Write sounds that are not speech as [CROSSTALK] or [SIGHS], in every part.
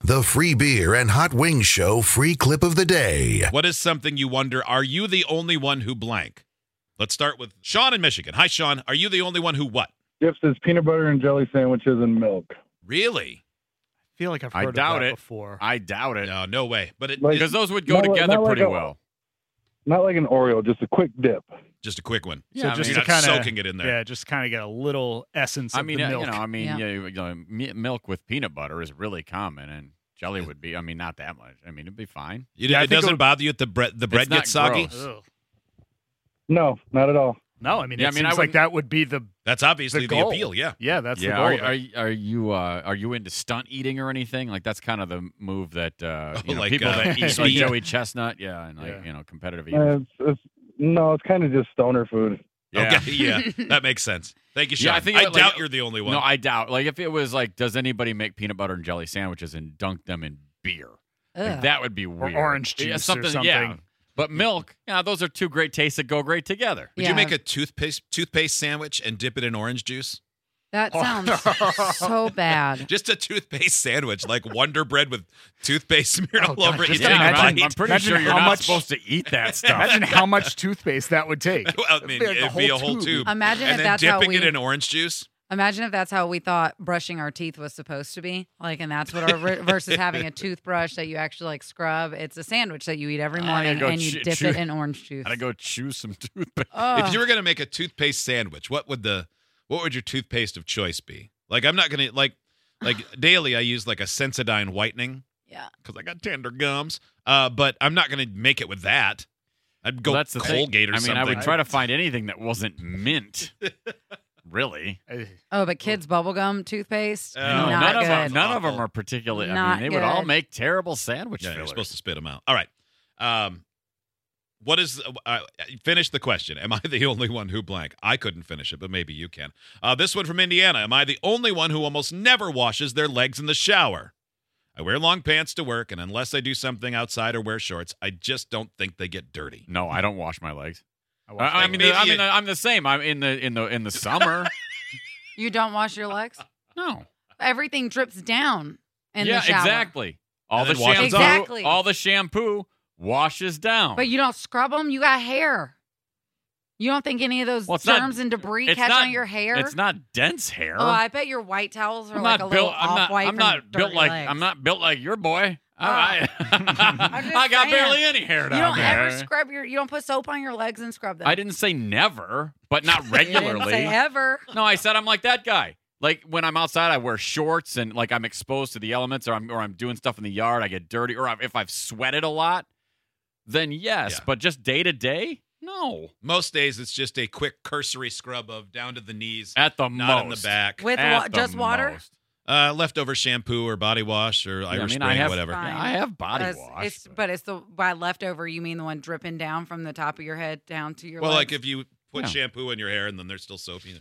The free beer and hot wings show free clip of the day. What is something you wonder? Are you the only one who blank? Let's start with Sean in Michigan. Hi, Sean. Are you the only one who what? Dips is peanut butter and jelly sandwiches and milk. Really? feel like I've I heard of doubt that it. before. I doubt it. No, no way. But it, Like- Because it's those would go Not like- together not like pretty a- well. Not like an Oreo, just a quick dip. just a quick one. Yeah, You're just not to soaking it in there. Yeah, just kind of get a little essence I of mean, the uh, milk. you know, I mean, Yeah. yeah. you know, mi- milk with peanut butter is really common, and jelly would be. I mean, not that much. I mean, it'd be fine. It, Yeah, I it think it doesn't would- bother you if the bread the bread not gets soggy. gross. Ugh. No, not at all. No, I mean, Yeah, it I mean, seems I like wouldn't- that would be the That's obviously the, The goal. appeal. Yeah. yeah, that's yeah. the Are, goal. are are you uh, are you into stunt eating or anything like that's kind of the move that uh, you Oh, know, like, people uh, that eat like speed. Joey Chestnut, yeah, and like Yeah. you know competitive Uh, eaters. It's, it's, no, it's kind of just stoner food. Yeah. Okay. Yeah. [LAUGHS] that makes sense. Thank you, Sean. Yeah, I think it- I like- doubt you're the only one. No, I doubt. Like if it was like, does anybody make peanut butter and jelly sandwiches and dunk them in beer? Like, Ugh. that would be weird. orange Yeah, juice or Yeah. [LAUGHS] something. But milk, yeah, those are two great tastes that go great together. would yeah, you make a toothpaste toothpaste sandwich and dip it in orange juice? that sounds [LAUGHS] so bad. Just a toothpaste sandwich, like Wonder Bread with toothpaste [LAUGHS] smeared Oh, all God, over it. just You take a I'm- imagine- bite. [LAUGHS] I'm pretty imagine sure you're how not much- supposed to [LAUGHS] eat that stuff. Imagine how much toothpaste that would [LAUGHS] take. Well, I mean, It'd be like a it'd be a whole whole tube. tube. Imagine and if then that's how dipping we it in orange juice. imagine if that's how we thought brushing our teeth was supposed to be. Like, and that's what our [LAUGHS] versus having a toothbrush that you actually like scrub. It's a sandwich that you eat every I gotta morning go and you chew- dip chew- it in orange juice. I go chew some [LAUGHS] toothpaste. Ugh. If you were gonna make a toothpaste sandwich, what would the what would your toothpaste of choice be? Like I'm not gonna like [SIGHS] like daily I use like a Sensodyne whitening yeah, because I got tender gums. Uh, but I'm not gonna make it with that. I'd go Well, that's the thing. Colgate or I mean, something. I would try to find anything that wasn't [LAUGHS] mint. really? Ugh. oh, but kids bubblegum toothpaste, Oh, No, not none of them. good. None of them Awful. are particularly. I Not mean, they would all good. make terrible sandwich Yeah, you're fillers. supposed to spit them out. All right. Um, what is uh, finish the question? Am I the only one who blank? I couldn't finish it, but maybe you can. Uh, this one from Indiana. Am I the only one who almost never washes their legs in the shower? I wear long pants to work, and unless I do something outside or wear shorts, I just don't think they get dirty. No, I don't wash my legs. I, wash I my mean, legs. I Maybe mean, I'm the same. I'm in the in the in [LAUGHS] the summer. You don't wash your legs. no. Everything drips down in yeah, the shower. exactly. All And the then washes shampoo, off. Exactly. all the shampoo washes down. But you don't scrub them. You got hair. You don't think any of those Well, it's not- germs and debris it's catch not- on your hair? it's not dense hair. Oh, I bet your white towels are I'm like not a little built. I'm not. off-white. I'm from not built dirty like. legs. I'm not built like your boy. Oh. I, [LAUGHS] I'm [LAUGHS] I, just I got saying. barely any hair You down don't there. ever scrub your. You don't put soap on your legs and scrub [LAUGHS] them. I didn't say never, but not [LAUGHS] You didn't regularly. say ever. No, I said I'm like that guy. Like when I'm outside, I wear shorts and like I'm exposed to the elements, or I'm or I'm doing stuff in the yard, I get dirty, or I, if I've sweated a lot, then yes. Yeah. But just day to day, no. Most days, it's just a quick cursory scrub of down to the knees, At the not most, in the back, With At wa- the just water? most. uh, leftover shampoo or body wash or I Irish mean, I Spring, have- whatever. Fine. Yeah, I have body It's- wash. It's, but it's the by leftover. You mean the one dripping down from the top of your head down to your. Well, like if legs? you put Yeah. shampoo in your hair and then there's still soap, you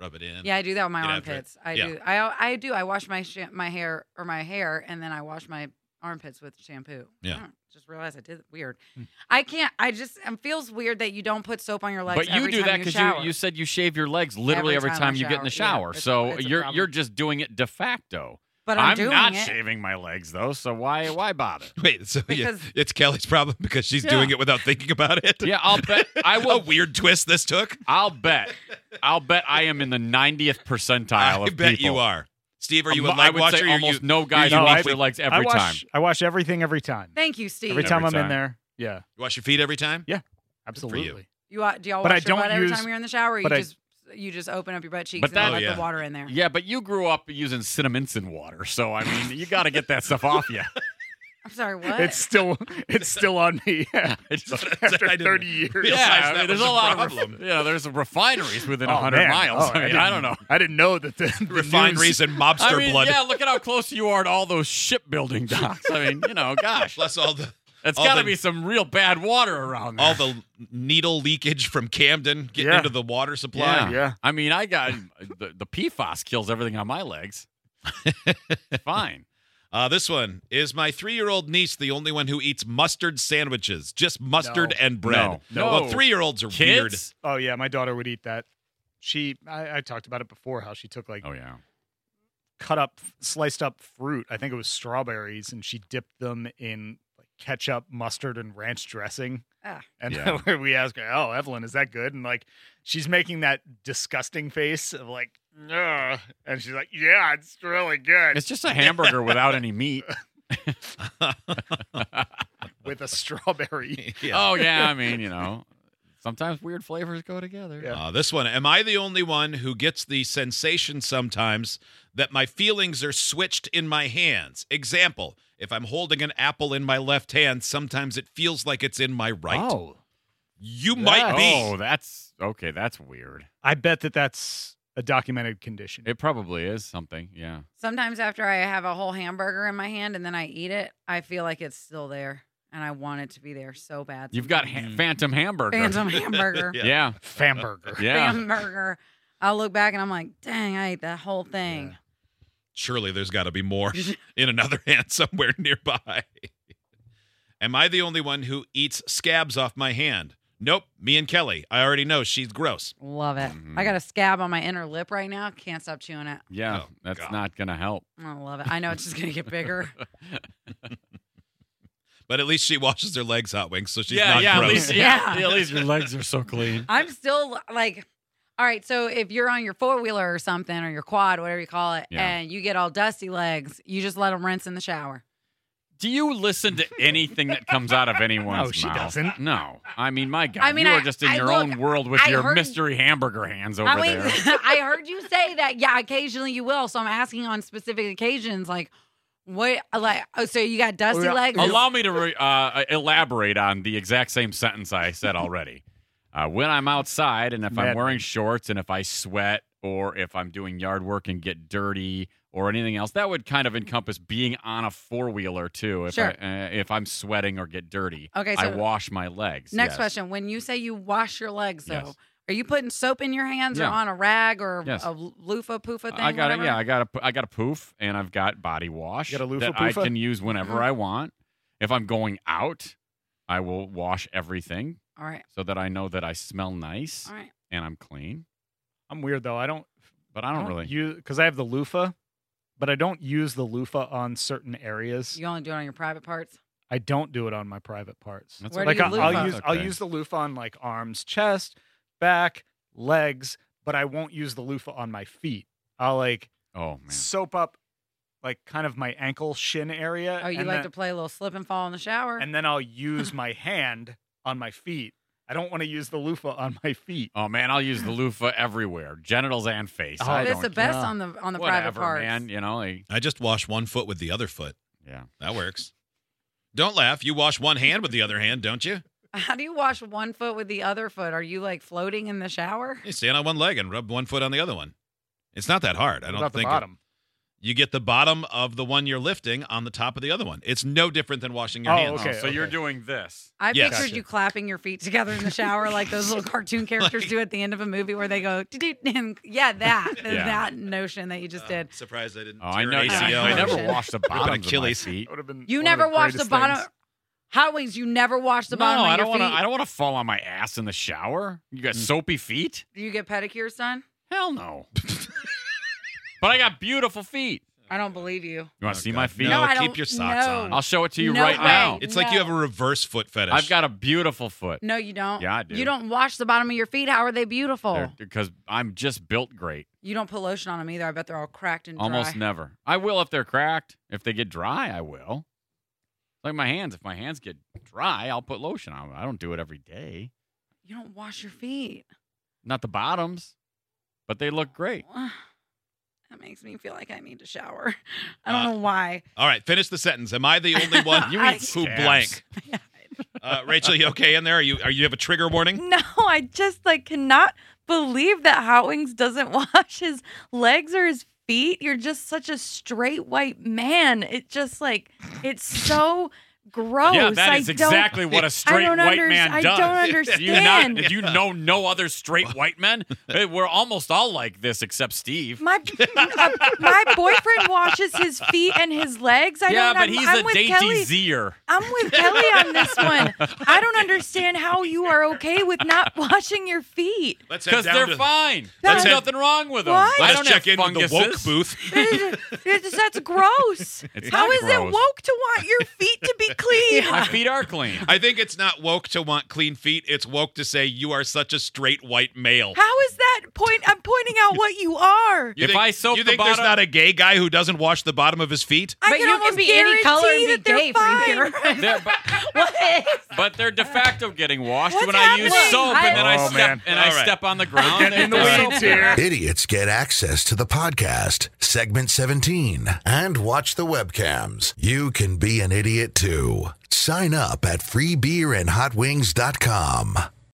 rub it in. Yeah, I do that with my Get after it. armpits. I Yeah. do. I I do. I wash my sh- my hair or my hair, and then I wash my armpits with shampoo. Yeah. I don't- just realized I did it. weird. Hmm. I can't. I just it feels weird that you don't put soap on your legs. But you every do time that because you, you said you shave your legs literally every, Every time I time, you get in the shower. Yeah, shower. so it's- it's a you're problem. you're just doing it de facto. But I'm, doing not it. shaving my legs though, so why why bother? [LAUGHS] Wait, so yeah, Because- it's Kelly's problem because she's Yeah. doing it without thinking about it. yeah, I'll bet I [LAUGHS] a will weird twist this took. I'll bet. I'll bet I am in the 90th percentile I of bet people. you are, Steve. Are you Um, a I leg would watcher? say You're- almost you- no guys you wash like- their legs I every time. wash, I wash everything every time. Thank you, Steve. Every time Every I'm time. in there. Yeah, you wash your feet every [LAUGHS] time. absolutely. You wa- do y'all But I wash your don't butt every use- time you're in the shower? Or you but I- just you just open up your butt cheeks But and then that- let Oh, yeah. the water in there. Yeah, but you grew up using cinnamon and water, so I mean, you got to get that stuff off you. I'm sorry. What? It's still it's still on me. [LAUGHS] Yeah. [LAUGHS] After [LAUGHS] I didn't 30 years. realize yeah, I that mean, there's was a a lot problem. of ref- you know, there's refineries within Oh, 100 man. miles. Oh, [LAUGHS] I mean, didn't- I, don't know. I didn't know that the, the Refineries news- and mobster I mean, blood. yeah, look at how close you are to all those shipbuilding docks. I mean, you know, gosh, Plus all the it's all got to the- be some real bad water around there. all the needle leakage from Camden getting Yeah. into the water supply. Yeah. Yeah. I mean, I got the, the PFAS kills everything on my legs. Fine. Uh, this one is my three-year-old niece, the only one who eats mustard sandwiches, just mustard No. and bread. No. well, No. three-year-olds are [LAUGHS] weird. Kids? Oh yeah, my daughter would eat that. She I, I talked about it before how she took like Oh, yeah. cut up, sliced up fruit. I think it was strawberries, and she dipped them in like ketchup, mustard, and ranch dressing. Ah. And Yeah. [LAUGHS] we asked her, "Oh, Evelyn, is that good?" And like, she's making that disgusting face of like, "Ugh," and she's like, "Yeah, it's really good It's just a hamburger without any meat. with a [LAUGHS] strawberry." [LAUGHS] [LAUGHS] yeah. Oh yeah, I mean, you know, sometimes weird flavors go together. Yeah. Uh, this one. Am I the only one who gets the sensation sometimes that my feelings are switched in my hands? Example: If I'm holding an apple in my left hand, sometimes it feels like it's in my right. Oh, you Oh, might be. that's okay. That's weird. I bet that that's a documented condition. It probably is something. Yeah. Sometimes after I have a whole hamburger in my hand and then I eat it, I feel like it's still there and I want it to be there so bad. You've got ha- Mm. phantom [LAUGHS] hamburger. phantom hamburger. Yeah. Yeah. Famburger. [LAUGHS] Yeah. Hamburger. I'll look back and I'm like, dang, I ate that whole thing. Surely there's got to be more in another hand somewhere nearby. [LAUGHS] Am I the only one who eats scabs off my hand? Nope, me and Kelly. I already know she's gross. Love it. Mhm. I got a scab on my inner lip right now. Can't stop chewing it. Yeah. Oh, that's God. not gonna help. I love it. I know it's just going to get bigger. But at least she washes her legs hot wings, so she's not gross. [LAUGHS] yeah. At least your legs are so clean. I'm still like, all right. So if you're on your four wheeler or something or your quad, whatever you call it, Yeah. and you get all dusty legs, you just let them rinse in the shower. Do you listen to anything that comes out of anyone's No, she mouth? doesn't. No. I mean, my God, I mean, you I- are just in I your look- own world with I your heard- mystery hamburger hands over I mean, there. I heard you say that. Yeah, occasionally you will. So I'm asking on specific occasions, like, what, like, oh, so [LAUGHS] you got dusty Well, legs? Allow me to re- uh, elaborate on the exact same sentence I said [LAUGHS] already. Uh, when I'm outside and if I'm Maddening. wearing shorts and if I sweat or if I'm doing yard work and get dirty or anything else, that would kind of encompass being on a four wheeler too. If Sure. I, uh, if I'm sweating or get dirty, Okay, I so- wash my legs. Next yes. question. When you say you wash your legs, though, Yes. are you putting soap in your hands Yeah. or on a rag or Yes. a loofah poofa thing? I got whatever? it. Yeah, I got a I got a poof, and I've got body wash You got a loofah that I poofa? can use whenever Mhm. I want. If I'm going out, I will wash everything All right. so that I know that I smell nice All right. and I'm clean. I'm weird though. I don't. But I don't really. use because I have the loofah, but I don't use the loofah on certain areas. You only do it on your private parts? I don't do it on my private parts. That's Where like do I, you I'll loofah? use I'll use the loofah on like arms, chest, back, legs, but I won't use the loofah on my feet. I'll like Oh man. soap up like kind of my ankle shin area. Uh, Oh, you and like then, to play a little slip and fall in the shower? and then I'll [LAUGHS] use my hand on my feet. I don't want to use the loofah on my feet. Oh man, I'll use the loofah everywhere, genitals and face. Oh, I But it's don't the best care. on the on the private whatever, parts. man. You know, like, I just wash one foot with the other foot. yeah. That works. Don't laugh. You wash one hand with the other hand, don't you? [LAUGHS] How do you wash one foot with the other foot? Are you like floating in the shower? You stand on one leg and rub one foot on the other one. It's not that hard. I What don't about think the it- bottom. you get the bottom of the one you're lifting on the top of the other one. It's no different than washing your Oh, hands. Oh, okay, so you're okay. doing this. I Yes. pictured Gotcha. you clapping your feet together in the shower like those [LAUGHS] little cartoon characters do at the end of a movie where they go, "Doo-doo," and [LAUGHS] yeah, that [LAUGHS] Yeah. that notion that you just did. Uh, surprised I didn't. Oh, I tear know. an you- ACL I or never Action. washed the bottom of my Achilles. feet. That would have been You one of never the wash the greatest bottom. things. Hot wings, you never wash the bottom no, of I your don't want to. feet. Mm. I don't want to fall on my ass in the shower. You got soapy feet? Do you get pedicures done? Hell [LAUGHS] no. but I got beautiful feet. I don't believe you. You want to Oh, see God. my feet? No, No, I keep don't- your socks no. on. I'll show it to you No right way. now. It's like you No. have a reverse foot fetish. I've got a beautiful foot. No, you don't. Yeah, I do. You don't wash the bottom of your feet. How are they beautiful? Because I'm just built great. you don't put lotion on them either. I bet they're all cracked and dry. Almost never. I will if they're cracked. If they get dry, I will. Like my hands. If my hands get dry, I'll put lotion on them. I don't do it every day. You don't wash your feet. Not the bottoms, but they look great. [SIGHS] That makes me feel like I need to shower. [LAUGHS] I don't know why. All right, finish the sentence. Am I the [LAUGHS] only one You eat who scabs. [LAUGHS] blank? Uh, Rachel, you okay in there? Are you are you have a trigger warning? No, I just like cannot believe that Hot Wings doesn't [LAUGHS] wash his legs or his feet. You're just such a straight white man. It just like it's Oh, so gross. yeah, that I is don't- exactly what a straight I don't white unders- man I does. [LAUGHS] don't Do you, not- understand. do you know no other straight white men? Hey, We're almost all like this except Steve. My uh, my boyfriend washes his feet and his legs. I yeah, don't. but I'm, he's I'm a with Kelly. dainty-zer. I'm with Kelly on this one. I don't understand how you are okay with not [LAUGHS] washing your feet. Let's head Because down they're to, fine. Let's There's head- nothing wrong with them. What? I Let's don't check have in with the woke funguses. booth. [LAUGHS] It's just- That's gross. It's How not is it gross. woke to want your feet to [LAUGHS] be clean? My feet are clean. I think it's not woke to want clean feet. It's woke to say you are such a straight white male. How is that point? I'm pointing out what you are. [LAUGHS] You If think, I soak you the think bottom- there's not a gay guy who doesn't wash the bottom of his feet? I but can you almost can be any color guarantee and that be they're gay fine. from [LAUGHS] here. They're- but, [LAUGHS] what? but they're de facto getting washed What's when I use happening? soap, and then I Oh, step man. and All I right. step on the ground. Getting in [LAUGHS] the and they're weeds soap. here. Idiots get access to the podcast, segment 17, and watch the webcams. You can be an idiot too. Sign up at freebeerandhotwings.com.